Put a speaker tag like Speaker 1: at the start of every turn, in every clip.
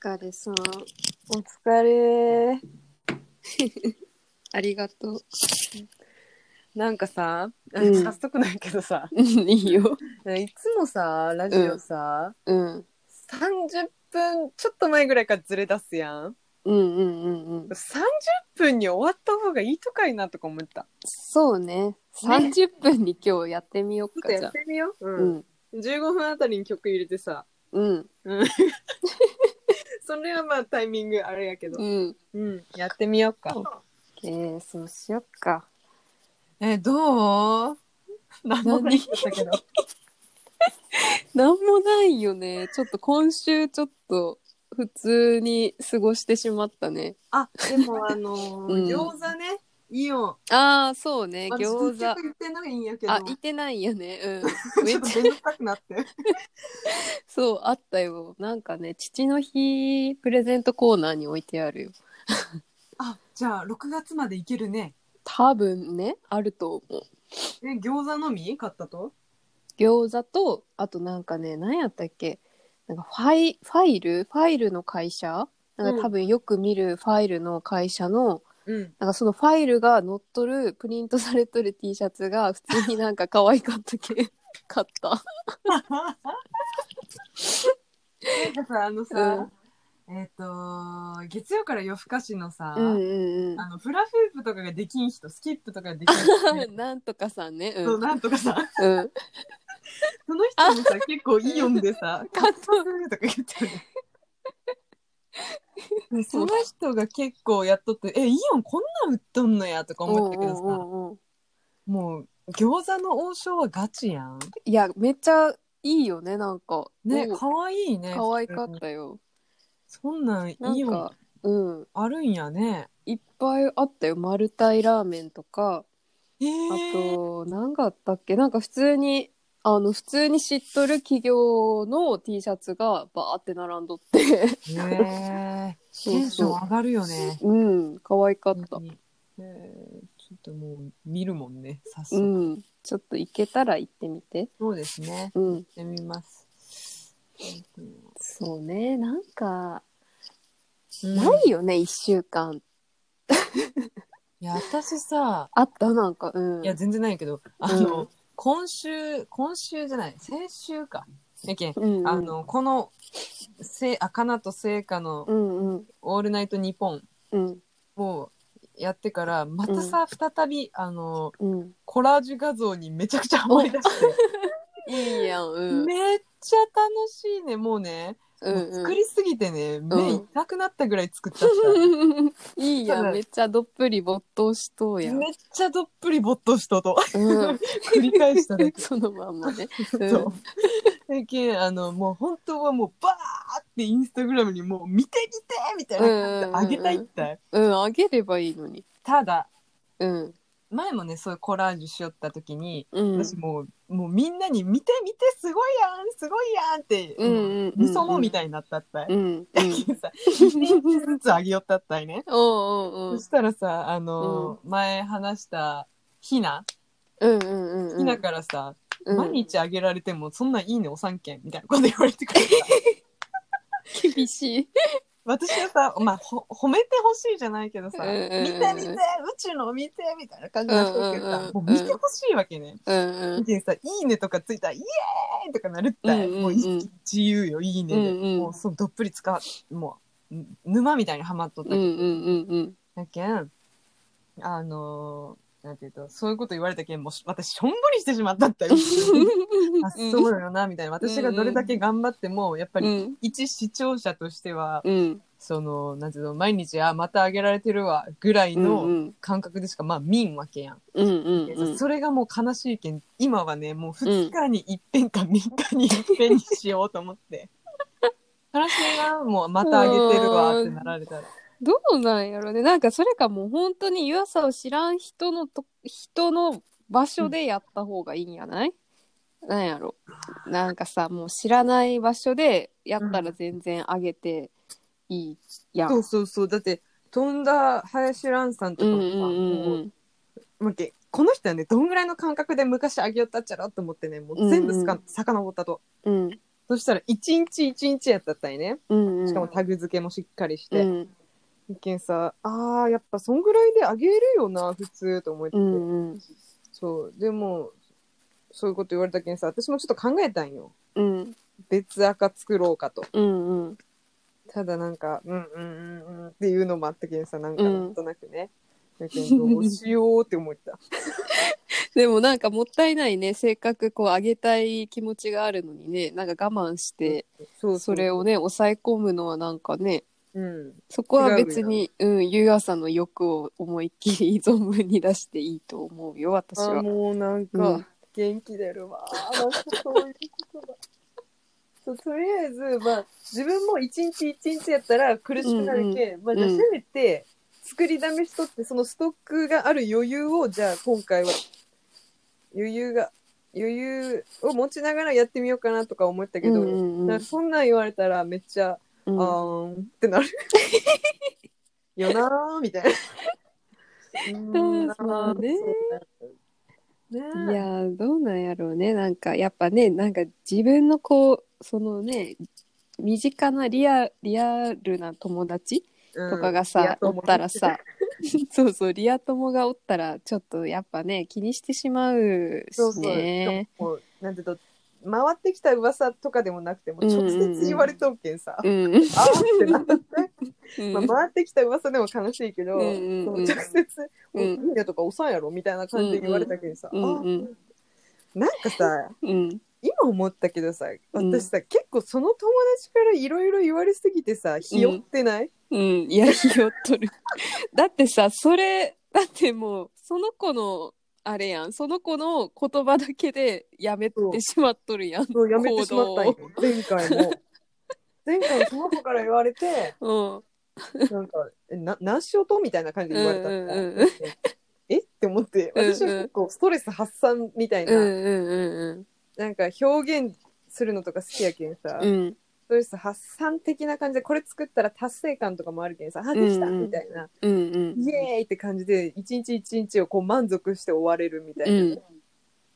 Speaker 1: 疲れさん。
Speaker 2: お疲れ
Speaker 1: ありがとう。
Speaker 2: なんかさ、
Speaker 1: うん
Speaker 2: 早速なんやけどさ、
Speaker 1: いいよ。
Speaker 2: いつもさ、ラジオさ、
Speaker 1: うん。
Speaker 2: 30分ちょっと前ぐらいからずれ出すやん。
Speaker 1: うんうんうんうん。
Speaker 2: 30分に終わった方がいいとかいなとか思った。
Speaker 1: そうね。30分に今日やってみようか、じゃあ。
Speaker 2: てみよう。
Speaker 1: う
Speaker 2: うん。
Speaker 1: ん。
Speaker 2: 15分あたりに曲入れてさ、
Speaker 1: うん。
Speaker 2: それはまあタイミングあれやけど
Speaker 1: う、ん。
Speaker 2: うん、やってみようか。
Speaker 1: えー、そうしよっか。
Speaker 2: え、どう何もないんだったけど。
Speaker 1: なんもないよね。ちょっと今週ちょっと普通に過ごしてしまったね。
Speaker 2: あ、でもあのー
Speaker 1: うん
Speaker 2: 餃子ね、イオン。
Speaker 1: ああ、そうね。
Speaker 2: 私
Speaker 1: 餃
Speaker 2: 結
Speaker 1: 子
Speaker 2: 局。行ってないんやけど。
Speaker 1: あ、行ってないよね。うん。め
Speaker 2: ちょ
Speaker 1: っ
Speaker 2: っ と
Speaker 1: ちゃ
Speaker 2: めんどくさくなって。
Speaker 1: そう、あったよ。なんかね、父の日プレゼントコーナーに置いてあるよ。
Speaker 2: あ、じゃあ6月まで行けるね。
Speaker 1: 多分ね、あると思う。
Speaker 2: え、餃子のみ買ったと
Speaker 1: 餃子と、あとなんかね、何やったっけなんかファイ、ファイルファイルの会社なん
Speaker 2: うん
Speaker 1: か多分よく見るファイルの会社の、
Speaker 2: うん。
Speaker 1: なんかそのファイルが載っとる、プリントされとる T シャツが普通になんか可愛かった け、買った。
Speaker 2: なんかさ、あのさ、えっ、と、月曜から夜更かしのさ、
Speaker 1: うんうん
Speaker 2: あのフラフープとかができん人、スキップとかができん人ね、
Speaker 1: うん。なんとかさんね。う。
Speaker 2: そうんなんとかさ、
Speaker 1: うん。
Speaker 2: その人もさ、結構イオンでさ、
Speaker 1: 買っ
Speaker 2: フラフープとか言ってる ね。その人が結構やっとって、え、イオンこんなん売っとんのやとか
Speaker 1: た。
Speaker 2: 思ったけどさ、
Speaker 1: うんうんうんうん
Speaker 2: もう餃子の王将はガチやん。
Speaker 1: いや、めっちゃいいよね、なんか。
Speaker 2: ね、
Speaker 1: うん
Speaker 2: 可愛いね。
Speaker 1: 可愛かったよ。
Speaker 2: そんなんイ
Speaker 1: なん
Speaker 2: オン
Speaker 1: か、うん。
Speaker 2: あるんやね。
Speaker 1: いっぱいあったよ。マルタイラーメンとか、
Speaker 2: え
Speaker 1: あ
Speaker 2: ー、
Speaker 1: と、何があったっけなんか普通に、あの、普通に知っとる企業の T シャツがバーって並んどって、
Speaker 2: えー、
Speaker 1: そ
Speaker 2: テン
Speaker 1: う
Speaker 2: ショ
Speaker 1: そ
Speaker 2: ン上がるよね。
Speaker 1: う。うん、可愛かった。
Speaker 2: えーちょっともう見るもんね、早
Speaker 1: う
Speaker 2: 速。
Speaker 1: ん。ちょっと行けたら行ってみて。
Speaker 2: そうですね。
Speaker 1: うん。
Speaker 2: やってみます。
Speaker 1: そうね。なんか、
Speaker 2: うん
Speaker 1: ないよね、一週間。
Speaker 2: いや、私さ、
Speaker 1: あったなんか、うん。
Speaker 2: いや、全然ないけど、あの、
Speaker 1: うん
Speaker 2: 今週、今週じゃない、先週か。やけん、
Speaker 1: うんうん、
Speaker 2: あ、の、この、せ、あかなとせいかの
Speaker 1: うんうん。
Speaker 2: オールナイトニッポン
Speaker 1: うん
Speaker 2: をやってから、またさ、再び、あの、
Speaker 1: うん。
Speaker 2: コラージュ画像にめちゃくちゃハマりだ して。
Speaker 1: いいやん、うん。
Speaker 2: めっちゃ楽しいねもうね、
Speaker 1: うんうん、
Speaker 2: 作りすぎてね目痛くなったぐらい作っちゃった、
Speaker 1: いいやん、めっちゃどっぷり没頭しとう やん。
Speaker 2: めっちゃどっぷり没頭したと
Speaker 1: うん、
Speaker 2: 繰り返した だけ
Speaker 1: そのまんまね。
Speaker 2: そう最近あのもう本当はもうバーってインスタグラムにもう見て見てみたいな感じであげたいったい、
Speaker 1: うん、あげればいいのに。
Speaker 2: ただ
Speaker 1: うん。
Speaker 2: 前もねそういうコラージュしよった時に、
Speaker 1: うん。
Speaker 2: 私もうもうみんなに見て見てすごいやんすごいやんって、
Speaker 1: うんうんうんうん
Speaker 2: みそもみたいになったったい、
Speaker 1: うん。
Speaker 2: 最近さ1日ずつあげよったったいね
Speaker 1: おうおうおう
Speaker 2: そ。したらさ、あのー前話した、ひな、
Speaker 1: うんうんうん。
Speaker 2: ひなからさ、
Speaker 1: うん、
Speaker 2: 毎日あげられても、そんないいねお三件みたいなこと言われてくるから。
Speaker 1: 厳しい。
Speaker 2: 私はさ、まあ、ほ褒めてほしいじゃないけどさ、
Speaker 1: うんうんうん
Speaker 2: 見て見て、宇宙の見てみたいな感じになってるけどさ、
Speaker 1: うんうんうん
Speaker 2: もう見てほしいわけね。
Speaker 1: うんう
Speaker 2: でさ、いいねとかついたら、イエーイとかなるったい、
Speaker 1: うんうんうん
Speaker 2: もう一喜一憂よ、いいねで。
Speaker 1: うんうん
Speaker 2: もうそうどっぷり使う、もう、ん沼みたいにはまっとった
Speaker 1: うんうん うん
Speaker 2: だけん、あのーなんていうと、そういうこと言われたけん、もうし私、しょんぼりしてしまったって。あ、そうだよな、みたいな。私がどれだけ頑張っても、やっぱ
Speaker 1: う
Speaker 2: り、
Speaker 1: ん。
Speaker 2: 一 視聴者としては、
Speaker 1: うん。
Speaker 2: その、なんていうの、毎日、あ、またあげられてるわ、ぐらい
Speaker 1: うんう
Speaker 2: の
Speaker 1: ん
Speaker 2: 感覚でしか、まあ、見んわけやん。
Speaker 1: うんうん。
Speaker 2: それがもう悲しいけん、今はね、もう2日に一遍か3日に一遍にしようと思って。悲しいな、もう、またあげてるわ、ってなられたら。
Speaker 1: どうなんやろね。なんかそれかもう本当に湯浅を知らん人のと、人の場所でやった方がいいんやない、なんやろ。なんかさ、もう知らない場所でやったら全然あげていいやん。
Speaker 2: そうそうそう。だって、飛んだ林蘭さんと
Speaker 1: う
Speaker 2: か
Speaker 1: ん
Speaker 2: も
Speaker 1: う
Speaker 2: さ、
Speaker 1: んうんう。
Speaker 2: もうん待ってこの人はね、どんぐらいの感覚で昔あげよったっちゃろと思ってね、もう全部すか、
Speaker 1: うん
Speaker 2: 遡ったと。
Speaker 1: うん
Speaker 2: そしたら一日一日やったったんやね。
Speaker 1: うんうん
Speaker 2: しかもタグ付けもしっかりし
Speaker 1: う
Speaker 2: て。
Speaker 1: ん
Speaker 2: 一見さ、ああ、やっぱそんぐらいであげるよな、普通と思って
Speaker 1: う
Speaker 2: て。
Speaker 1: んうん
Speaker 2: そう。でも、そういうこと言われたけんさ、私もちょっと考えたんよ。
Speaker 1: うん
Speaker 2: 別赤作ろうかと。
Speaker 1: うんうん
Speaker 2: ただなんか、うんうんうんうんっていうのもあったけんさ、なんか
Speaker 1: うん
Speaker 2: なんとなくね。だけど、どうしようって思った。
Speaker 1: でもなんかもったいないねせっかくこうあげたい気持ちがあるのにねなんか我慢して
Speaker 2: そうう
Speaker 1: それを。ね抑え込むのはなんかね
Speaker 2: うん。
Speaker 1: そこは別にうん優雅さんの欲を思いっきり存分に出していいと思うよ私
Speaker 2: あ
Speaker 1: は。
Speaker 2: もうなん
Speaker 1: うん
Speaker 2: か、元気出るわ。なんかそういうことだ。 そうとりあえず、まあ、自分も一日一日やったら苦しくなるけ、んまあ、じゃあ
Speaker 1: うん
Speaker 2: せめて、作りだめしとって、そのストックがある余裕を、じゃあ今回は、余裕が、余裕を持ちながらやってみようかなとか思ったけど、
Speaker 1: うんうんうん
Speaker 2: なんかそんなん言われたらめっちゃ、
Speaker 1: うん
Speaker 2: あーんってなる。 よなーみたいな。
Speaker 1: そうねい
Speaker 2: ね
Speaker 1: やーどうなんやろうねなんかやっぱねなんか自分のこうそのね身近なリアリアルな友達とかがさ、おったら、さ そうそうリア友がおったらちょっとやっぱね気にしてしまう
Speaker 2: そう
Speaker 1: し
Speaker 2: そう
Speaker 1: ね。
Speaker 2: もうなんていうと回ってきた噂とかでもなくても直接言われとうけん さ、
Speaker 1: うん
Speaker 2: ああってなったって、
Speaker 1: うん
Speaker 2: まあ、回ってきた噂でも悲しいけ
Speaker 1: う
Speaker 2: ど、
Speaker 1: んうんうん
Speaker 2: その直接「
Speaker 1: うん
Speaker 2: もういいね」とか「おさんやろ」みたいな感じで言われたけんさ、
Speaker 1: うんうんうん
Speaker 2: あなんかさ
Speaker 1: うん
Speaker 2: 今思ったけどさ
Speaker 1: うん
Speaker 2: 私さ、結構その友達からいろいろ言われすぎてさひよってない、
Speaker 1: うん、いや、ひよっとる。だってさ、それ、だってもう、その子の、あれやん、その子の言葉だけでやめ
Speaker 2: そう
Speaker 1: てしまっとるやん。
Speaker 2: そうやめてしまったんよ前回も 前回もその子から言われて
Speaker 1: うん。
Speaker 2: なんか「えな何しようと?」みたいな感じで言われたから、
Speaker 1: うんうんうん
Speaker 2: えって思って
Speaker 1: うんうん
Speaker 2: 私は結構ストレス発散みたいな、
Speaker 1: うんうんうん
Speaker 2: なんか表現するのとか好きやけんさ、
Speaker 1: うん。うん。
Speaker 2: ストレス発散的な感じでこれ作ったら達成感とかもあるけんさ「あ
Speaker 1: んうん
Speaker 2: できた!」みたいな、
Speaker 1: うんうん。
Speaker 2: イエーイって感じで一日一日をこう満足して終われるみたいな、
Speaker 1: うん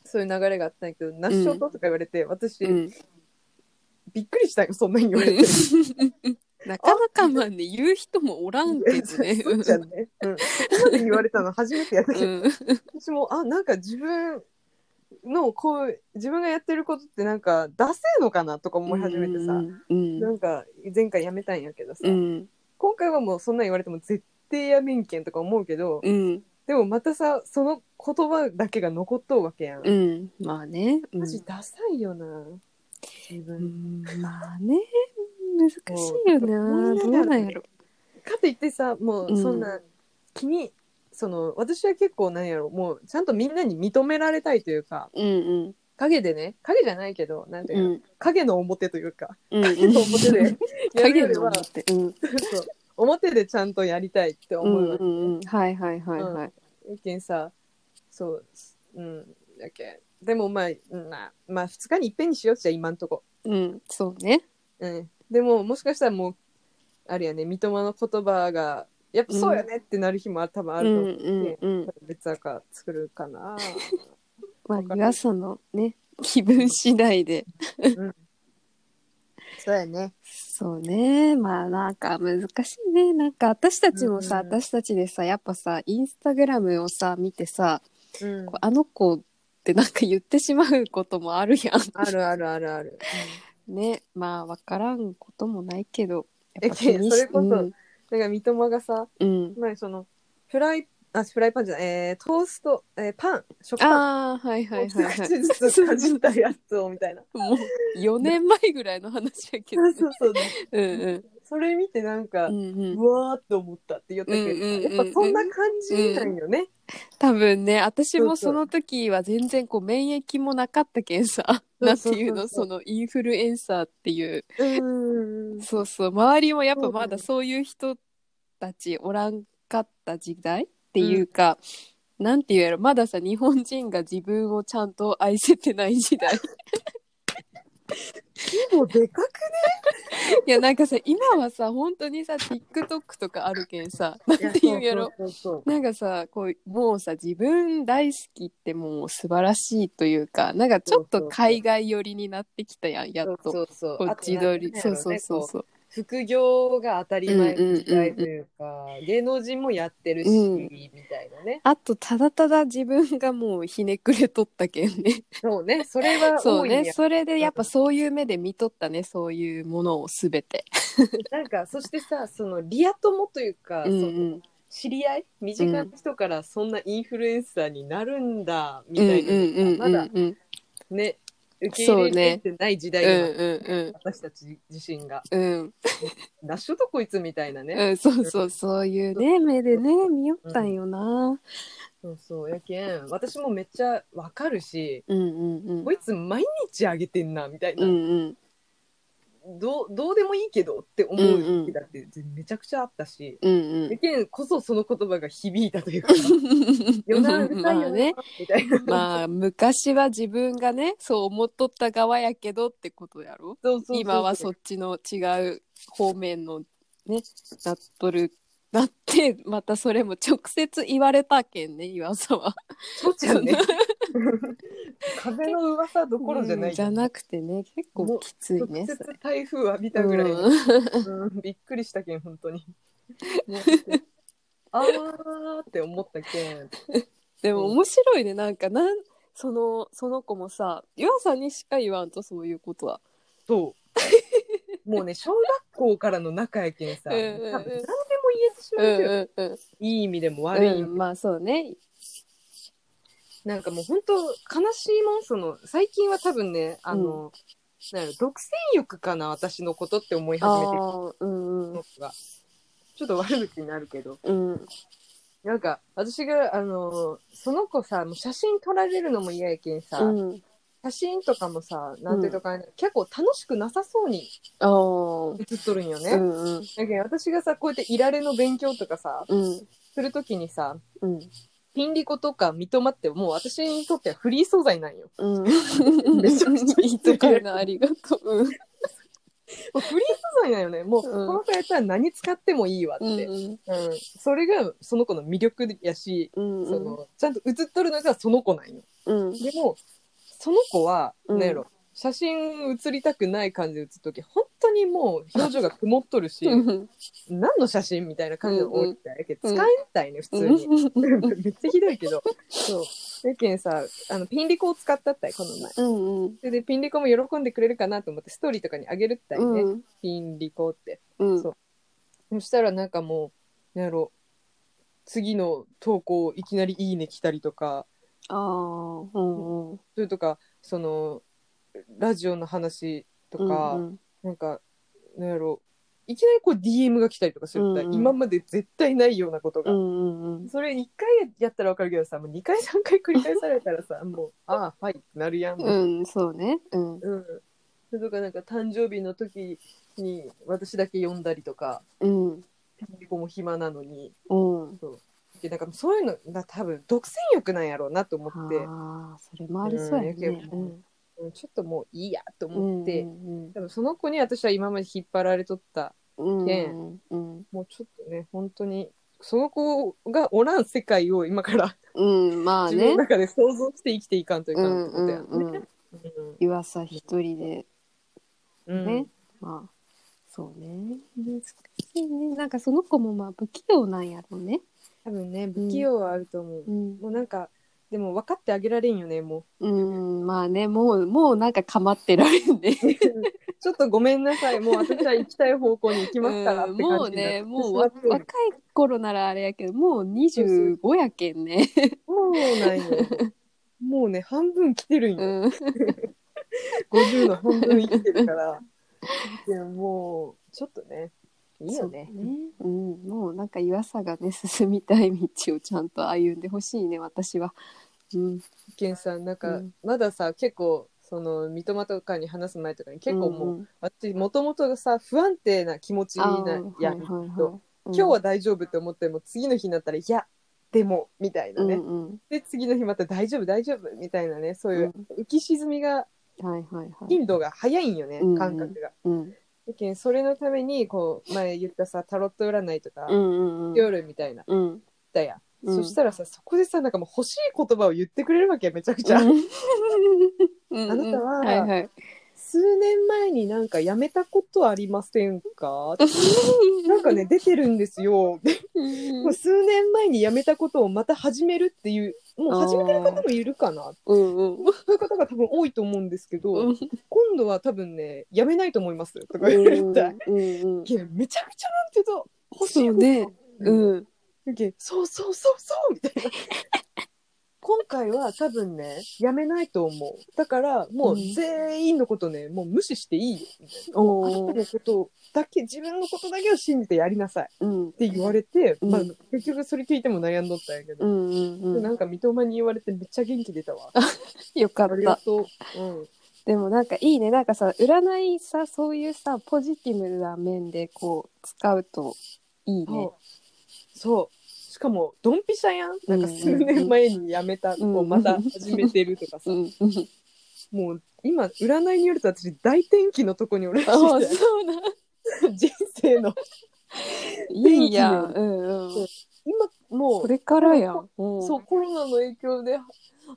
Speaker 2: そういう流れがあったんやけど「何しようと?」とか言われて私、
Speaker 1: うん。
Speaker 2: びっくりしたんよそんなに言 われて。
Speaker 1: なかなかまあね、言う人もおらんけどね。
Speaker 2: そうじゃんね。うん。ここまで言われたの初めてやったけど、
Speaker 1: うん
Speaker 2: 私も、あ、なんか自分の、こう、自分がやってることってなんか、ダセえのかなとか思い始めてさ、
Speaker 1: うん
Speaker 2: なんか、前回やめたんやけどさ、
Speaker 1: うん
Speaker 2: 今回はもうそんなん言われても絶対やめんけんとか思うけど、
Speaker 1: うん
Speaker 2: でもまたさ、その言葉だけが残っとうわけやん。
Speaker 1: うんまあね、うん
Speaker 2: マジダサいよな、自
Speaker 1: うん
Speaker 2: 分。
Speaker 1: まあね難しいよな
Speaker 2: そ
Speaker 1: ど
Speaker 2: う
Speaker 1: うなんやろ
Speaker 2: かといってさ、もうそんな、気に、その、私は結構なんやろ、もうちゃんとみんなに認められたいというか、
Speaker 1: うん
Speaker 2: 影でね影じゃないけどなんていううの、
Speaker 1: ん
Speaker 2: 影の表というか
Speaker 1: うんうん
Speaker 2: 影の 表でやる
Speaker 1: 影
Speaker 2: より
Speaker 1: の
Speaker 2: は
Speaker 1: 表って、うん、
Speaker 2: そう表でちゃんとやりたいって
Speaker 1: う
Speaker 2: 思
Speaker 1: ん
Speaker 2: うわ
Speaker 1: うんうんはいはいはいはい、
Speaker 2: けんさそううんやけんでもまあ、うん、まあまあ2日にいっぺんにしようじゃ今んとこ
Speaker 1: うん、そうね、
Speaker 2: うんでももしかしたらもうあれやね三笘の言葉がやっぱそうやねってなる日も多分あ
Speaker 1: う
Speaker 2: る
Speaker 1: ん
Speaker 2: と思う、
Speaker 1: うんうん、
Speaker 2: 別赤作るか な
Speaker 1: まあ
Speaker 2: わかる
Speaker 1: 岩さんのね気分次第で
Speaker 2: そうやね
Speaker 1: そうねまあなんか難しいねなんか私たちもさ、
Speaker 2: うんうん
Speaker 1: 私たちでさやっぱさインスタグラムをさ見てさ、
Speaker 2: うん
Speaker 1: こうあの子ってなんか言ってしまうこともあるやん
Speaker 2: あるあるあるある、
Speaker 1: ねまあ分からんこともないけどやっぱ
Speaker 2: えそれこそ
Speaker 1: うん
Speaker 2: うん、なんか三笘がさ
Speaker 1: うん、
Speaker 2: まあそのフライあフライパンじゃない、えー、トースト、えー、パン食パン
Speaker 1: ああはいはいはいはい
Speaker 2: 一口ずつかじったやつをみた いな
Speaker 1: もう4年前ぐらいの話やけど
Speaker 2: そう
Speaker 1: ね。
Speaker 2: そうそう
Speaker 1: うんうん
Speaker 2: それ見てなんか、
Speaker 1: う
Speaker 2: うん
Speaker 1: うん。
Speaker 2: わーって思ったって言ったけど、
Speaker 1: うんうんうんうん
Speaker 2: やっぱそんな感じなんよね、
Speaker 1: 多分ね、私もその時は全然こう免疫もなかったけんさ、
Speaker 2: そ
Speaker 1: な
Speaker 2: うん
Speaker 1: て
Speaker 2: そうそうそう
Speaker 1: いうの、そのインフルエンサーっていう、
Speaker 2: うんうん
Speaker 1: そうそう、周りもやっぱま
Speaker 2: そう
Speaker 1: だ
Speaker 2: そう
Speaker 1: そういう人たちおらんかった時代っていうか、なんていうやろ、まださ、日本人が自分をちゃんと愛せてない時代。
Speaker 2: 規模でかく
Speaker 1: いやなんかさ今はさ本当にさ TikTok とかあるけんさなんていうんやろ
Speaker 2: そうそうそう
Speaker 1: なんかさこうもうさ自分大好きってもう素晴らしいというかなんかちょっと海外寄りになってきたやんやっ
Speaker 2: そう
Speaker 1: と
Speaker 2: そうそう
Speaker 1: こっち取り
Speaker 2: あ
Speaker 1: そう
Speaker 2: となんか
Speaker 1: そう
Speaker 2: ね
Speaker 1: そう
Speaker 2: こ
Speaker 1: そう
Speaker 2: 副業が当たり前の時代というか、芸能人もやってるし、
Speaker 1: うん
Speaker 2: みたいなね
Speaker 1: あとただただ自分がもうひねくれとったけん ね
Speaker 2: そうねそれは
Speaker 1: そ
Speaker 2: 多
Speaker 1: う
Speaker 2: いね
Speaker 1: ねそれでやっぱそういう目で見とったねそういうものを全て
Speaker 2: なんかそしてさそのリア友というか、
Speaker 1: うんう
Speaker 2: その
Speaker 1: ん
Speaker 2: 知り合い身近な人からそんなインフルエンサーになるんだみ
Speaker 1: うんうん
Speaker 2: た
Speaker 1: うんう
Speaker 2: いな、ま
Speaker 1: んう
Speaker 2: だ
Speaker 1: んうん
Speaker 2: ね受け入れてない時代
Speaker 1: う
Speaker 2: が、
Speaker 1: ん
Speaker 2: 私たち自身が
Speaker 1: うん
Speaker 2: 「なっしょとこいつ」みたいなね、
Speaker 1: うんそうそうそういうね目でね見よったんよな
Speaker 2: そうそうやけん私もめっちゃわかるし
Speaker 1: うんうんうん
Speaker 2: こいつ毎日あげてんなみたいな、
Speaker 1: うん
Speaker 2: どうどうでもいいけどって思う時だってめちゃくちゃあったし、
Speaker 1: うんうんうん
Speaker 2: やけんこそその言葉が響いたという か
Speaker 1: う
Speaker 2: 夜なうる
Speaker 1: ん
Speaker 2: さい
Speaker 1: ま
Speaker 2: よ
Speaker 1: あ
Speaker 2: ね
Speaker 1: ね
Speaker 2: みたいな、
Speaker 1: まあ昔は自分がね そう思っとった側やけどってことやろ
Speaker 2: そうそうそう
Speaker 1: 今はそっちの違う方面のねなっとるなってまたそれも直接言われたけんね岩さは。
Speaker 2: そうちゃうね風の噂どころじゃない、
Speaker 1: うんじゃなくてね結構きついね
Speaker 2: 直接
Speaker 1: それ
Speaker 2: 台風浴びたぐらいの、
Speaker 1: うん
Speaker 2: うんびっくりしたけん 本当にもうあーって思ったけん
Speaker 1: でも面白いねなんかなんそのその子もさ岩さんにしか言わんとそういうことは。
Speaker 2: そう もうね小学校からの仲やけんさ、
Speaker 1: うんうんうん
Speaker 2: 多分何でも言えてし
Speaker 1: う
Speaker 2: まうんんだよ、
Speaker 1: うんうん
Speaker 2: いい意味でも悪い意味で
Speaker 1: う
Speaker 2: も
Speaker 1: ん、まあそうね
Speaker 2: なんかもう本当悲しいもんその最近は多分ねあの、なんやろ独占欲かな私のことって思い始めてる
Speaker 1: ああうんうん
Speaker 2: 僕がちょっと悪口になるけど
Speaker 1: うん
Speaker 2: なんか私があのその子さもう写真撮られるのも嫌やけんさ、
Speaker 1: うん
Speaker 2: 写真とかもさなんていうとか、結構楽しくなさそうに
Speaker 1: ああ
Speaker 2: 写っとるんよね、
Speaker 1: うんうん
Speaker 2: だけど私がさこうやっていられの勉強とかさ
Speaker 1: うん
Speaker 2: するときにさ
Speaker 1: うん
Speaker 2: ピンリコとか三笘ってもう私にとってはフリー素材なんよ。
Speaker 1: うん
Speaker 2: めちゃくちゃ
Speaker 1: いいところのありがとう。うん
Speaker 2: もうフリー素材なんよね。もう、
Speaker 1: うん
Speaker 2: この子やったら何使ってもいいわって。
Speaker 1: うん
Speaker 2: うん、それがその子の魅力やし、
Speaker 1: うん
Speaker 2: そのちゃんと写っとるのがその子なんよ
Speaker 1: うん
Speaker 2: でもその子は、
Speaker 1: うん
Speaker 2: なんやろ写真写りたくない感じで写っとき本当にもう表情が曇っとるし、
Speaker 1: うん
Speaker 2: 何の写真みたいな感じの多いみたいやけど、
Speaker 1: うん
Speaker 2: 使いたいね普通に、 めっちゃひどいけどそうやけんさあのピンリコを使ったったいこの前
Speaker 1: うん
Speaker 2: それでピンリコも喜んでくれるかなと思ってストーリーとかにあげるったいね、
Speaker 1: うん
Speaker 2: ピンリコって
Speaker 1: うん
Speaker 2: そうそしたらなんかもうなんやろ次の投稿いきなり「いいね」来たりとか
Speaker 1: ああうんうん
Speaker 2: それとかそのラジオの話とか、
Speaker 1: うん
Speaker 2: なんかなんやろいきなりこう DM が来たりとかするって、
Speaker 1: うんうん
Speaker 2: 今まで絶対ないようなこと
Speaker 1: う
Speaker 2: が、
Speaker 1: んうんうん
Speaker 2: それ1回やったらわかるけどさもう2回3回繰り返されたらさもう「ああはい」ってなるやん。
Speaker 1: うんそうねうん
Speaker 2: うんそれとかなんか誕生日の時に私だけ呼んだりとか
Speaker 1: うん
Speaker 2: ピンリコも暇なのに
Speaker 1: うん
Speaker 2: でなんかそういうのが多分独占欲なんやろうなと思って、
Speaker 1: ああそれもありそうやねうん
Speaker 2: うんちょっともういいやと
Speaker 1: う
Speaker 2: 思
Speaker 1: ん
Speaker 2: って、
Speaker 1: うん
Speaker 2: 多分その子に私は今まで引っ張られとった
Speaker 1: うんうん
Speaker 2: もうちょっとね本当にその子がおらん世界を今から
Speaker 1: うんまあ
Speaker 2: 自分の
Speaker 1: ね
Speaker 2: 中で想像して生きていかんというかん
Speaker 1: ん
Speaker 2: ってこ
Speaker 1: う
Speaker 2: とや
Speaker 1: んうん岩佐一人で
Speaker 2: うん
Speaker 1: ね、まあそうね難しいねなんかその子もまあ不器用なんやろうね
Speaker 2: 多分ね不器用はあると思う、
Speaker 1: うん、
Speaker 2: もうなんかでも分かってあげられんよねも
Speaker 1: うん、まあねもうもうなんか構ってられんね
Speaker 2: う ちょっとごめんなさいもう私は行きたい方向に行きますからって感じにな
Speaker 1: もう
Speaker 2: ってし
Speaker 1: ね
Speaker 2: ま
Speaker 1: もう
Speaker 2: っ
Speaker 1: わ
Speaker 2: てる
Speaker 1: 若い頃ならあれやけどもう25やけんね
Speaker 2: そうなんよ。もうね、半分来てるん
Speaker 1: う
Speaker 2: よ。
Speaker 1: ん
Speaker 2: 50の半分生きて るから。いや、もう、ちょっとね、いいよね。
Speaker 1: そううん、もうなんか岩佐がね進みたい道をちゃんと歩んでほしいね私はうん
Speaker 2: ケンさん、なんか、
Speaker 1: うん
Speaker 2: まださ、結構、その、三笘とかに話す前とかに、結構もう、
Speaker 1: んん
Speaker 2: 私、もともとさ、不安定な気持ち
Speaker 1: あ
Speaker 2: な
Speaker 1: ー
Speaker 2: やん、
Speaker 1: はいはいはい
Speaker 2: きっと
Speaker 1: うん
Speaker 2: 今日は大丈夫って思っても、次の日になったら、いや、でも、みたいな
Speaker 1: うん
Speaker 2: ね。
Speaker 1: うん
Speaker 2: で、次の日また大丈夫、大丈夫、みたいなね、そういう
Speaker 1: う
Speaker 2: 浮き沈みが
Speaker 1: はいはいはい。
Speaker 2: 頻度が早いんよね、
Speaker 1: うん
Speaker 2: 感覚が。
Speaker 1: うん。
Speaker 2: だけんそれのために、こう、前言ったさ、タロット占いとか、
Speaker 1: うんうんうん。
Speaker 2: 夜みたいな、
Speaker 1: うん。
Speaker 2: だやん。
Speaker 1: うん
Speaker 2: そしたらさ、そこでさ、なんかもう欲しい言葉を言ってくれるわけ、めちゃくちゃ。
Speaker 1: うん。
Speaker 2: あなたは
Speaker 1: はいはい。
Speaker 2: 数年前になんかやめたことありませんかなんかね、出てるんですよ。
Speaker 1: うん
Speaker 2: もう数年前にやめたことをまた始めるっていう、もう始めてる方もいるかな。
Speaker 1: うんうん。
Speaker 2: そういう方が多分多いと思うんですけど、
Speaker 1: うん
Speaker 2: 今度は多分ね、やめないと思いますとか
Speaker 1: う
Speaker 2: 言われ
Speaker 1: ん
Speaker 2: た。い
Speaker 1: うん。
Speaker 2: や、めちゃくちゃなんていうと、欲しい
Speaker 1: そうね。うん。
Speaker 2: いやそうそうそうそうみたいな。 今回は多分ね、やめないと思う。だから、もう
Speaker 1: うん
Speaker 2: 全員のことね、もう無視していいよ。みたいなあな
Speaker 1: お
Speaker 2: た
Speaker 1: ー
Speaker 2: のことだけ、自分のことだけを信じてやりなさいっ
Speaker 1: うん。
Speaker 2: て言われて、
Speaker 1: うん
Speaker 2: まあ、結局それ聞いても悩んどったんやけ
Speaker 1: う
Speaker 2: ど、
Speaker 1: んうんう。
Speaker 2: なんんか三笘に言われてめっちゃ元気出たわ。
Speaker 1: よかっ
Speaker 2: あり
Speaker 1: た
Speaker 2: が。とう。うん。
Speaker 1: でもなんかいいねなんかさ占いさそういうさポジティブな面でこう使うといいね
Speaker 2: そう。そう。しかも、ドンピシャやん。なんか数年前にやめた、
Speaker 1: うん
Speaker 2: こうまた始めてるとかさ
Speaker 1: う。んうん
Speaker 2: もう、今、占いによると私、大転機のとこにおるら
Speaker 1: あ
Speaker 2: しいんだよ
Speaker 1: そうなん
Speaker 2: 人生の
Speaker 1: いいや んうんうん
Speaker 2: 今も
Speaker 1: こ
Speaker 2: う
Speaker 1: れからやん
Speaker 2: そう
Speaker 1: そ
Speaker 2: コロナの影響で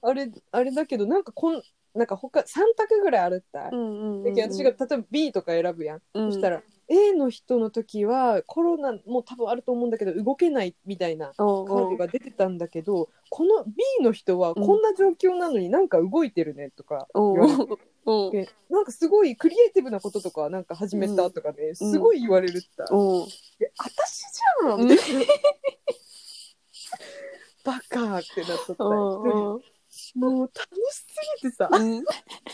Speaker 2: あれあれだけどなんかこんなんか他3択ぐらいあるったい、
Speaker 1: うんうんうん
Speaker 2: だけど私が例えば B とか選ぶやん、
Speaker 1: うん
Speaker 2: そしたら A の人の時はコロナも多分あると思うんだけど動けないみたいな
Speaker 1: お
Speaker 2: カ
Speaker 1: う
Speaker 2: ー
Speaker 1: お
Speaker 2: ド
Speaker 1: う
Speaker 2: が出てたんだけどこの B の人はこんな状況なのになんか動いてるねとか言
Speaker 1: お
Speaker 2: われて
Speaker 1: うおう
Speaker 2: でなんかすごいクリエイティブなこととかなんか始めたとかね、すごい言われるった、
Speaker 1: おう
Speaker 2: で私じゃん
Speaker 1: うん
Speaker 2: みたいな バカってなっとった
Speaker 1: お
Speaker 2: よ
Speaker 1: う
Speaker 2: もう楽しすぎてさ
Speaker 1: おううん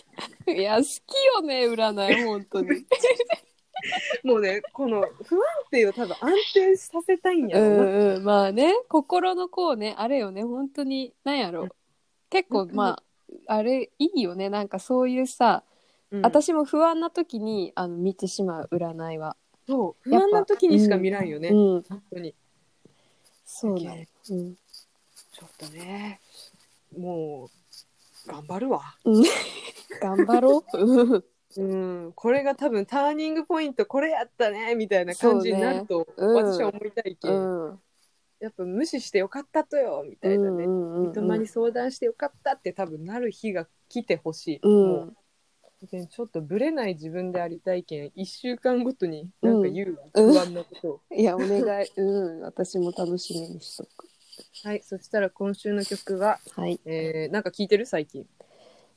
Speaker 1: いや好きよね占い本当に
Speaker 2: もうねこの不安定を多分安定させたいん や
Speaker 1: う
Speaker 2: ろうな、
Speaker 1: んうんまあね心のこうねあれよね本当に何やろ
Speaker 2: うん
Speaker 1: 結構
Speaker 2: うん
Speaker 1: まああれいいよねなんかそういうさ
Speaker 2: うん
Speaker 1: 私も不安な時にあの見てしまう占いは。
Speaker 2: そう不
Speaker 1: やっぱ
Speaker 2: 安な時にしか見らんよね、
Speaker 1: うん、
Speaker 2: 本当に
Speaker 1: そう
Speaker 2: だ
Speaker 1: だ
Speaker 2: ね。
Speaker 1: うん、
Speaker 2: ちょっとねもう頑張るわ
Speaker 1: 頑張ろう。 うん
Speaker 2: うんこれが多分ターニングポイントこれやったねみたいな感じになると、
Speaker 1: そうねうん
Speaker 2: 私は思いたいけ、
Speaker 1: うん。
Speaker 2: やっぱ無視してよかったとよみたいなね、
Speaker 1: うん。
Speaker 2: 人に相談してよかったって多分なる日が来てほしい、
Speaker 1: う
Speaker 2: も
Speaker 1: ん。
Speaker 2: うでちょっとブレない自分でありたいけん1週間ごとになんか言うわ、
Speaker 1: うん
Speaker 2: 不安なことを、
Speaker 1: いや、お願い。うん。私も楽しみにしとく。
Speaker 2: はいそしたら今週の曲は、
Speaker 1: はい。
Speaker 2: えー、なんか聞いてる最近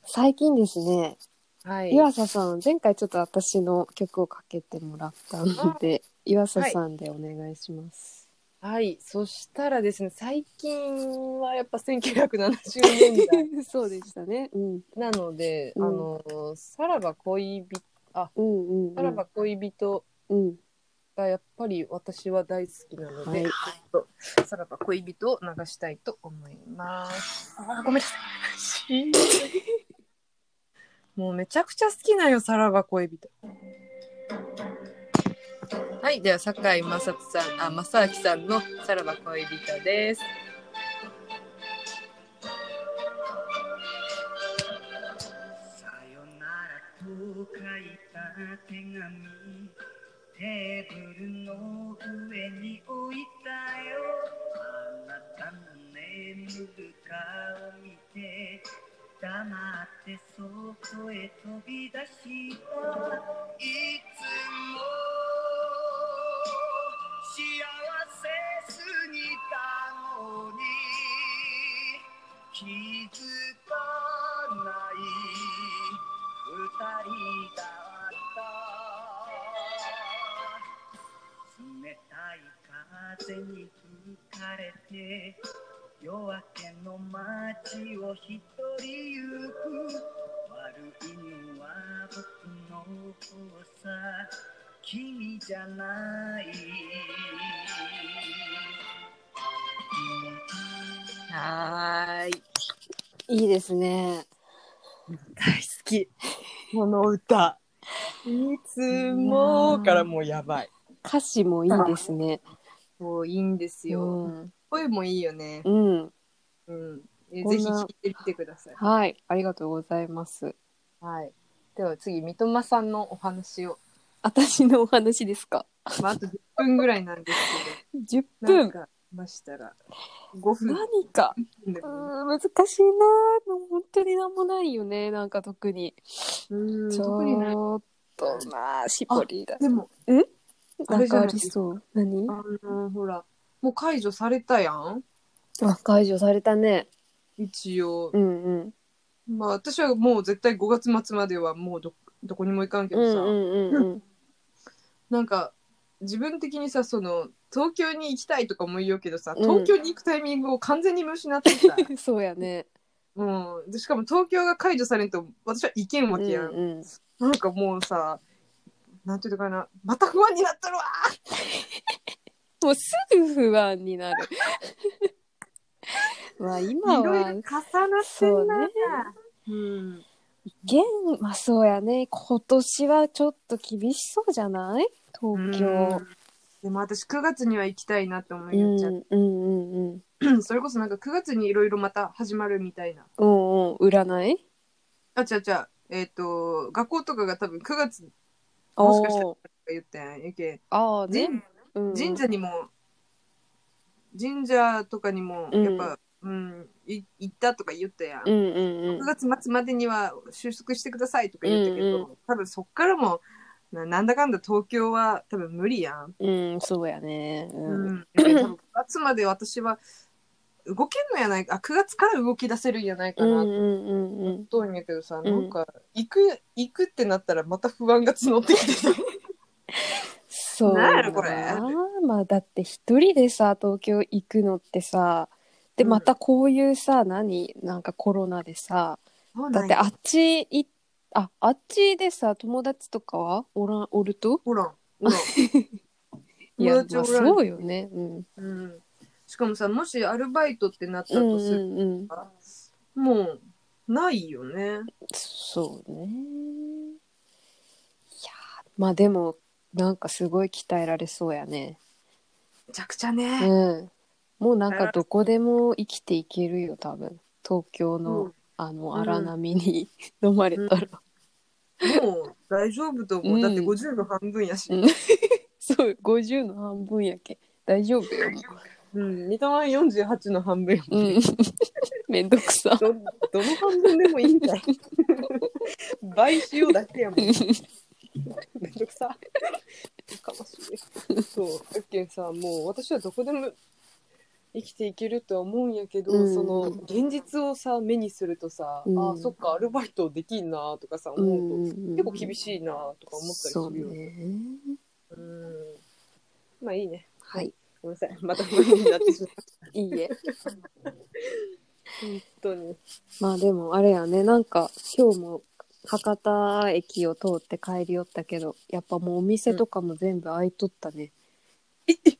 Speaker 1: 最近ですね、
Speaker 2: はい
Speaker 1: 岩佐さん、前回ちょっと私の曲をかけてもらったので、岩佐さんでお願いします。
Speaker 2: はいそしたらですね最近はやっぱ1970年代
Speaker 1: そうでしたね。うん。
Speaker 2: なので、
Speaker 1: うん
Speaker 2: あのさらば恋人
Speaker 1: うんうん、うん。
Speaker 2: さらば恋人
Speaker 1: うん。
Speaker 2: がやっぱり私は大好きなので、
Speaker 1: はい
Speaker 2: ちょっとさらば恋人を流したいと思います。あーごめんなさいしんどい。もうめちゃくちゃ好きなよ、さらば恋人。はい、では坂井正人さん、あ、正明さんのさらば恋人です。
Speaker 3: さよならと書いた手紙テーブルの上に置いたよあなたの眠る顔を見て黙って外へ飛び出したいつも幸せすぎたのに気づかない二人だった冷たい風に吹かれて夜明けの街を一人行く悪いのは僕の方さ君じゃない
Speaker 2: はーい。
Speaker 1: いいですね。
Speaker 2: 大好き。この歌。いつもからもうやばい。
Speaker 1: 歌詞もいいですね。
Speaker 2: もういいんです
Speaker 1: う
Speaker 2: よ。
Speaker 1: ん。
Speaker 2: 声もいいよね。
Speaker 1: うん。
Speaker 2: うん。え
Speaker 1: こん
Speaker 2: ぜ
Speaker 1: な
Speaker 2: ひ聴いてみてください。
Speaker 1: はい。ありがとうございます。
Speaker 2: はい。では次、三笘さんのお話を。
Speaker 1: 私のお話ですか
Speaker 2: まあ、あと10分ぐらいなんです
Speaker 1: 10
Speaker 2: けど、な
Speaker 1: 分
Speaker 2: んか、ましたら、5分
Speaker 1: 何か
Speaker 2: で
Speaker 1: う
Speaker 2: も
Speaker 1: ーん難しいなーもう本当になんもないよねなんか特に
Speaker 2: うん
Speaker 1: ち
Speaker 2: 特にない。
Speaker 1: ょっとな絞りだ
Speaker 2: でも、あ
Speaker 1: なん
Speaker 2: れじ
Speaker 1: か
Speaker 2: ゃな
Speaker 1: あ
Speaker 2: い
Speaker 1: りそう何
Speaker 2: あのほら、もう解除されたやん
Speaker 1: あ解除されたね
Speaker 2: 一応
Speaker 1: う。んうん
Speaker 2: まあ、私はもう絶対5月末まではもうど、どこにも行かんけ
Speaker 1: う
Speaker 2: どさ、
Speaker 1: んうんうんうん
Speaker 2: なんか、自分的にさ、その、東京に行きたいとかも言うけどさ、
Speaker 1: うん
Speaker 2: 東京に行くタイミングを完全に見失って た。
Speaker 1: そうやね
Speaker 2: うん。でしかも東京が解除されんと、私は行けんわけやん。
Speaker 1: うんうん
Speaker 2: なんかもうさ、なんていうのかな、また不安になったるわ
Speaker 1: もうすぐ不安になる まあ今
Speaker 2: いろいろ
Speaker 1: は
Speaker 2: 重なって
Speaker 1: そうんね
Speaker 2: な。うん。
Speaker 1: 現まあそうやね今年はちょっと厳しそうじゃない東京
Speaker 2: うんでも私9月には行きたいなって思
Speaker 1: う
Speaker 2: い
Speaker 1: ん
Speaker 2: よっ
Speaker 1: う
Speaker 2: ちゃっ
Speaker 1: んうんうん
Speaker 2: て、それこそなんか9月にいろいろまた始まるみたいな。
Speaker 1: うんうん占い
Speaker 2: あ、違う違う。えっ、と、学校とかが多分9月とかもしかしたら
Speaker 1: おー
Speaker 2: 言ってんやけ
Speaker 1: ああね
Speaker 2: ん、
Speaker 1: うんうん
Speaker 2: 神社にも、神社とかにも、
Speaker 1: うん
Speaker 2: やっぱ、うん、い行ったとか言ったやん
Speaker 1: う。んうん
Speaker 2: 9
Speaker 1: うん
Speaker 2: 月末までには収束してくださいとか言ったけど、
Speaker 1: うんう
Speaker 2: 多分そっからもななんだかんだ東京は多分無理やん。
Speaker 1: うんそうやねう
Speaker 2: うんん、多分9月まで私は動けんのやないかあ9月から動き出せるんやないか
Speaker 1: う
Speaker 2: な、
Speaker 1: んうんうんうん
Speaker 2: と思うんやけどさ
Speaker 1: ん
Speaker 2: なんか行く行くってなったらまた不安が募ってきて
Speaker 1: そう
Speaker 2: なんや
Speaker 1: だ
Speaker 2: ろこれ
Speaker 1: なまあだって一人でさ東京行くのってさで
Speaker 2: うん
Speaker 1: またこういうさ、何なんかコロナでさだってあっちいああっちでさ友達とかはおらんおると
Speaker 2: ほらんほ らん
Speaker 1: いや、
Speaker 2: 友達
Speaker 1: まあ、
Speaker 2: おらん
Speaker 1: そうよねうん
Speaker 2: うん、しかもさもしアルバイトってなった
Speaker 1: うん
Speaker 2: とす
Speaker 1: う
Speaker 2: る
Speaker 1: んうん
Speaker 2: とさ、もうないよね。
Speaker 1: そうねいやーまあでもなんかすごい鍛えられそうやね
Speaker 2: めちゃくちゃね。
Speaker 1: うんもうなんかどこでも生きていけるよ多分東京の、
Speaker 2: うん
Speaker 1: あの
Speaker 2: うん
Speaker 1: 荒波に飲まれたら、
Speaker 2: もう大丈夫と思う。
Speaker 1: うん
Speaker 2: だって50の半分やし。
Speaker 1: うんそう50の半分やけ大丈夫よも
Speaker 2: うん、三笘は48の半分や
Speaker 1: う、うん、 めんどくさ
Speaker 2: ど、どの半分でもいい んだよ。倍しようだけやもん。めんどくさ。やかましい。そう。だっけんさ、もう私はどこでも生きていけるとは思うんやけど、
Speaker 1: うん
Speaker 2: その現実をさ、目にするとさ、
Speaker 1: うん
Speaker 2: ああ、そっか、アルバイトできんなとかさ、
Speaker 1: うん
Speaker 2: 思うと、結構厳
Speaker 1: しい
Speaker 2: しいなとか思ったりす
Speaker 1: そう
Speaker 2: るよね。
Speaker 1: ね
Speaker 2: うん。まあいいね。
Speaker 1: はい
Speaker 2: ごめんなさい。また無理になってしまった。
Speaker 1: いいえ
Speaker 2: 本 当に。
Speaker 1: まあでもあれやねなんか今日も博多駅を通って帰り寄ったけどやっぱもうお店とかも全部開いとったね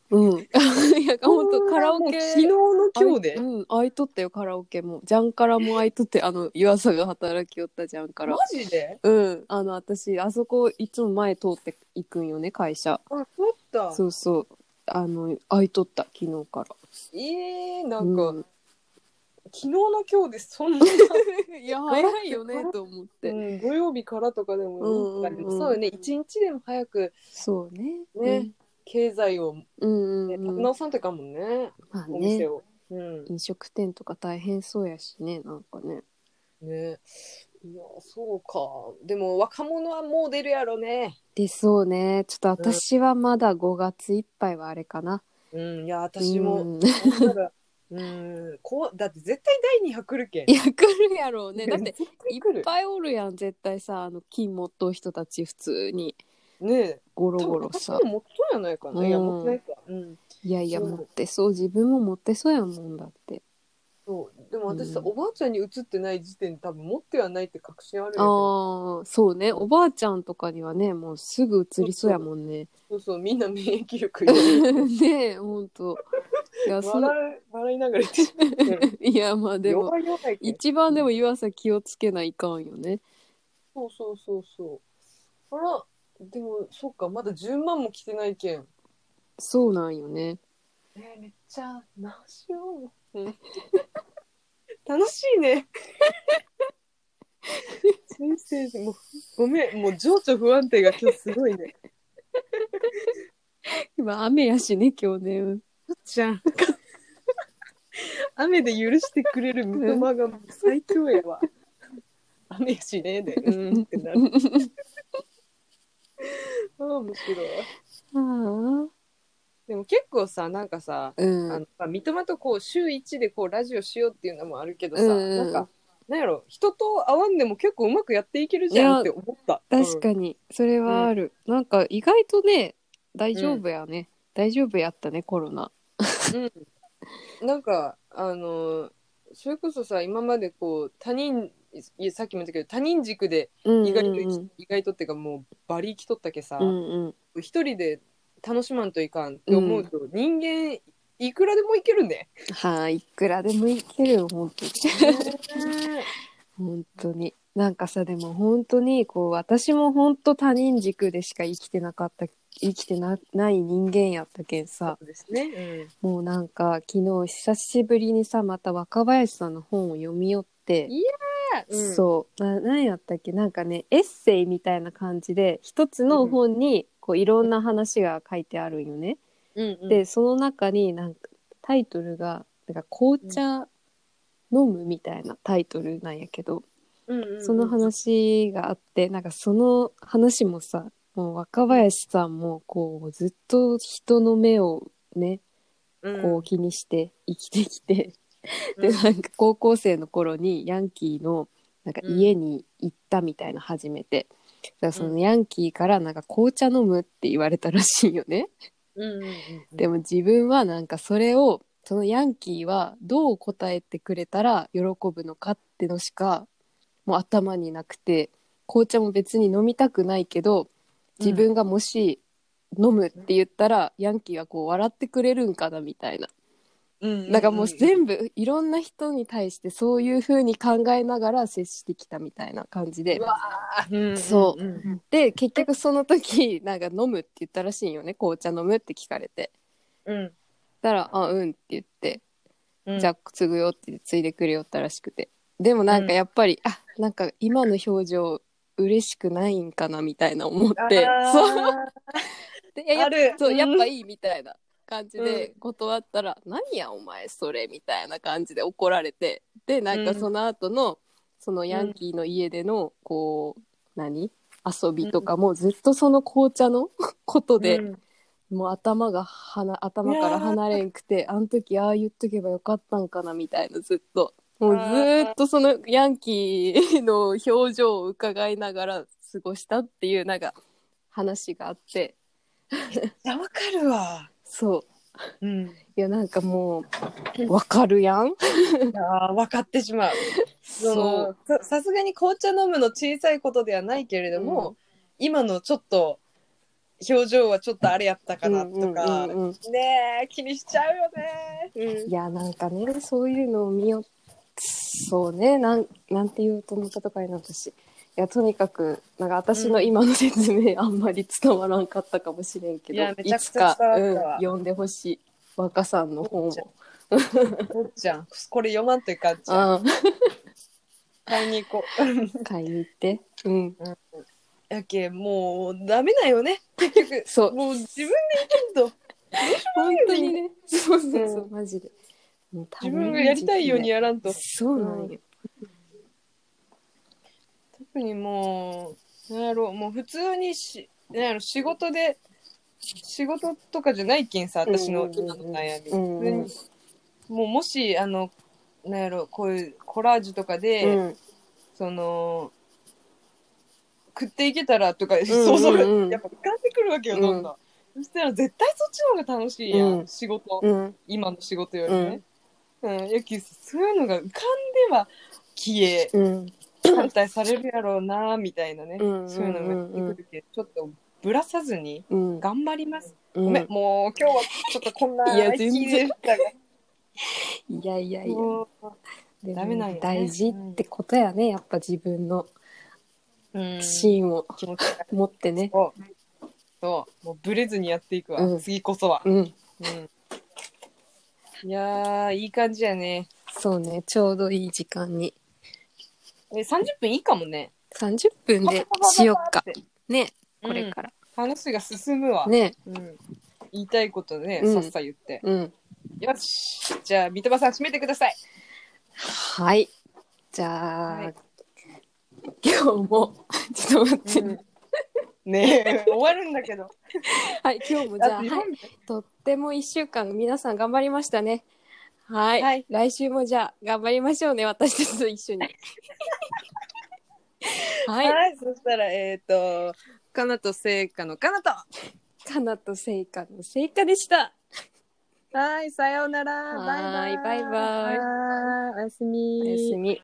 Speaker 1: うん、 いやほんとカラオケ
Speaker 2: 昨日の今日で。
Speaker 1: うん開いとったよカラオケもジャンカラも開いとってあの湯浅が働きよったジャンカラ
Speaker 2: マジで
Speaker 1: うんあの私あそこいつも前通っていくんよね会社
Speaker 2: あ、そうだ。
Speaker 1: そうそうあの開いとった昨日から
Speaker 2: ええなんか、
Speaker 1: う
Speaker 2: 昨日の今日でそんな、
Speaker 1: いや早いよねと思って、
Speaker 2: うん、土曜日からとかでもいいから、
Speaker 1: うんうんうん
Speaker 2: そうよね、一日でも早く
Speaker 1: そうね
Speaker 2: ね、経済を、ね、
Speaker 1: うんうん、うん、
Speaker 2: 直さんといかんもんね、
Speaker 1: まあ
Speaker 2: お
Speaker 1: ね
Speaker 2: 店を。うん。
Speaker 1: 飲食店とか大変そうやしねなんかね
Speaker 2: ね。いや、そうか。でも若者はもう出るやろね。
Speaker 1: でそうねちょっと私はまだ5月いっぱいはあれかな、
Speaker 2: うん、いや、私も。
Speaker 1: うん、
Speaker 2: そしたらうん、こうだって絶対第二波来るけん
Speaker 1: い。や来るやろうねだって
Speaker 2: 絶
Speaker 1: い
Speaker 2: 対来
Speaker 1: っ
Speaker 2: る
Speaker 1: ぱいおるやん絶対さあの金持っとう人たち普通に
Speaker 2: ねえ
Speaker 1: ゴロ
Speaker 2: 多
Speaker 1: ゴ
Speaker 2: 分
Speaker 1: ロ
Speaker 2: 私
Speaker 1: さ
Speaker 2: も持っとんやないかな、いや
Speaker 1: うん
Speaker 2: 持ってないかうん
Speaker 1: いやいや
Speaker 2: そう
Speaker 1: 持ってそう自分も持ってそうやもんだって
Speaker 2: そうでも私さ、
Speaker 1: うん
Speaker 2: おばあちゃんに移ってない時点で多分持ってはないって確信あるんやけ
Speaker 1: ああ
Speaker 2: ど
Speaker 1: ーそうねおばあちゃんとかにはねもうすぐ移りそうやもん ね
Speaker 2: そうそうみんな免疫力
Speaker 1: ねえほんといやその
Speaker 2: 笑う笑いながら言ってるうん
Speaker 1: いやまあ でも
Speaker 2: 弱い弱いけん
Speaker 1: 一番でも湯浅気をつけないかんよね
Speaker 2: そうそうそうそうあらでもそっかまだ10万も来てないけん
Speaker 1: そうなんよね
Speaker 2: えーめっちゃ何 しよう、うん楽しいね 先生もうごめんもう情緒不安定が今日すごいね
Speaker 1: 今雨やしね今日ねうん
Speaker 2: じゃん雨で許してくれる三笘がもう最強やわ雨やしねでうんってなるああ面白い
Speaker 1: あ
Speaker 2: でも結構さなんかさ
Speaker 1: あうん
Speaker 2: あのまあ三笘とこう週1でこうラジオしようっていうのもあるけどさ、
Speaker 1: うんうん
Speaker 2: なんかなんやろ人と会わんでも結構うまくやっていけるじゃんって思った
Speaker 1: 確
Speaker 2: に、
Speaker 1: かにそれはある、なんか意外とね大丈夫やね、大丈夫やったねコロナ
Speaker 2: うんなんかあのーそれこそさ今までこう他人いやさっきも言ったけど他人軸で
Speaker 1: 意
Speaker 2: 意外と、
Speaker 1: うん
Speaker 2: 意外とっていうかもうバリ生きとったけさ、
Speaker 1: うんうん
Speaker 2: 一人で楽しまんといかんって思うと、人間いくらでもいけるね。
Speaker 1: はい、いくらでもいけるよ本当に本当になんかさでも本当にこう私も本当他人軸でしか生きてなかった生きてなない人間やったけんさ
Speaker 2: そうですね。
Speaker 1: もうなんか昨日久しぶりにさまた若林さんの本を読み寄って
Speaker 2: いうん、
Speaker 1: そうな何やったっけなんかねエッセイみたいな感じで一つの本にこういろんな話が書いてあるんよね。
Speaker 2: うんうん、
Speaker 1: でその中になんかタイトルがなんか紅茶飲むみたいなタイトルなんやけど、
Speaker 2: うんうんうん
Speaker 1: その話があってなんかその話もさもう若林さんもこうずっと人の目をねこう気にして生きてきて。
Speaker 2: うん
Speaker 1: でなんか高校生の頃にヤンキーのなんか家に行ったみたいな初めて、だからそのヤンキーからなんか紅茶飲むって言われたらしいよね、
Speaker 2: うんうんうんうん
Speaker 1: でも自分はなんかそれをそのヤンキーはどう答えてくれたら喜ぶのかってのしかもう頭になくて紅茶も別に飲みたくないけど自分がもし飲むって言ったら、ヤンキーはこう笑ってくれるんかなみたいななんかもう全部いろんな人に対してそういう風に考えながら接してきたみたいな感じで
Speaker 2: うわ部
Speaker 1: そうん
Speaker 2: ん
Speaker 1: で結局その時なんか飲むって言ったらしいんよね紅茶飲むって聞かれて
Speaker 2: うん
Speaker 1: だから「あうん」って言って「
Speaker 2: うん
Speaker 1: じゃあ継ぐよ」って言って継いでくれよったらしくてでもなんかやっぱり、あなんか今の表情嬉しくないんかなみたいな思って
Speaker 2: あー
Speaker 1: そうでいややっ
Speaker 2: ある
Speaker 1: そう
Speaker 2: うん
Speaker 1: やっぱいいみたいな感じで
Speaker 2: う
Speaker 1: 断ったら「何やお前それ」みたいな感じで怒られてでなんか
Speaker 2: うん
Speaker 1: その後のそのヤンキーの家でのこう何遊びとかもずっとその紅茶のこと
Speaker 2: う
Speaker 1: で
Speaker 2: ん
Speaker 1: もう頭がはな頭から離れんくてあの時ああ言っとけばよかったんかなみたいなずっともうずーっとそのヤンキーの表情を伺いながら過ごしたっていうなんか話があって
Speaker 2: いやわかるわ
Speaker 1: そう
Speaker 2: うんい
Speaker 1: いやなんかも うわかるやん
Speaker 2: や分かってしまう
Speaker 1: そう
Speaker 2: そのささすがに紅茶飲むの小さいことではないけれども、
Speaker 1: うん
Speaker 2: 今のちょっと表情はちょっとあれやったかなとか、
Speaker 1: うんうんうんうん
Speaker 2: ねえ気にしちゃうよね、
Speaker 1: いやなんかねそういうのを見よそうねなんなんて言おうと思ったとかになったしいやとにかくなんか私の今の説明あんまり伝わらんかったかもしれんけど、
Speaker 2: いやめちゃく
Speaker 1: つ
Speaker 2: ち
Speaker 1: か、
Speaker 2: ゃ伝わった
Speaker 1: うん
Speaker 2: わ、
Speaker 1: 読んでほしい若さんの本を
Speaker 2: めっちうん、おっちゃんこれ読まんといかんじゃん
Speaker 1: あ
Speaker 2: 買いに行こ
Speaker 1: あ 買いに行ってうん
Speaker 2: うやけんもうダメだよね結局
Speaker 1: そう
Speaker 2: もう自分で生きると
Speaker 1: 本当にねそうそうそう
Speaker 2: う
Speaker 1: マジでもう多
Speaker 2: 自
Speaker 1: 分
Speaker 2: 分がやりたいようにやらんと
Speaker 1: そうなんよ、
Speaker 2: 特にもうなんやろもう普通にしなんやろ仕事で仕事とかじゃないけんさ私の今の悩み、
Speaker 1: うんうんうん
Speaker 2: 普通にもうもしあのなんやろこういうコラージュとかで、
Speaker 1: うん
Speaker 2: その食っていけたらとか、
Speaker 1: んうん
Speaker 2: 想像がやっぱ浮かんでくるわけよ、
Speaker 1: うん
Speaker 2: どんどん。そしたら絶対そっちの方が楽しいやん、
Speaker 1: うん
Speaker 2: 仕事、
Speaker 1: うん
Speaker 2: 今の仕事よりね。うん、野球そういうのが浮かんでは消え、
Speaker 1: うん
Speaker 2: 反対されるやろうなみたいなね、
Speaker 1: うんうんうんうん
Speaker 2: そういうのが出てくるけどちょっとぶらさずに
Speaker 1: うん
Speaker 2: 頑張ります、
Speaker 1: うん
Speaker 2: ごめんもう今日はちょっとこんない
Speaker 1: や全然
Speaker 2: 日でしたが
Speaker 1: いやいやいや
Speaker 2: も
Speaker 1: でも
Speaker 2: ダメなんよね
Speaker 1: 大事ってことやねやっぱ自分の
Speaker 2: う、うん、気
Speaker 1: 芯を
Speaker 2: 持ちが
Speaker 1: 持ってね
Speaker 2: そうそうもうぶれずにやっていくわ、
Speaker 1: うん
Speaker 2: 次こそは、
Speaker 1: うん
Speaker 2: うん、いやーいい感じやね
Speaker 1: そうねちょうどいい時間に
Speaker 2: え30分いいかもね。
Speaker 1: 30分でしよっか。ね、
Speaker 2: うん
Speaker 1: これから。
Speaker 2: 話が進むわ。
Speaker 1: ね、
Speaker 2: うん言いたいことね、
Speaker 1: うん
Speaker 2: さっさ言って。
Speaker 1: うん。
Speaker 2: よし。じゃあ、三笘さん、締めてください。
Speaker 1: はい。じゃあ、
Speaker 2: はい
Speaker 1: 今日も、 ちょっと待って。
Speaker 2: ねえ、終わるんだけど。
Speaker 1: はい、今日 もじ
Speaker 2: あ
Speaker 1: ゃあ、は
Speaker 2: と4
Speaker 1: い
Speaker 2: 分
Speaker 1: とっても1週間、皆さん頑張りましたね。はい。
Speaker 2: はい
Speaker 1: 来週もじゃあ、頑張りましょうね、私たちと一緒 に。は。
Speaker 2: はいい、そしたら、えっ、と、かなとせいかのかなと。
Speaker 1: かなとせいかのせいかでした。
Speaker 2: はい、さようなら。バイバイ。
Speaker 1: はいバイバイ
Speaker 2: はいおやすみ。
Speaker 1: おやすみ。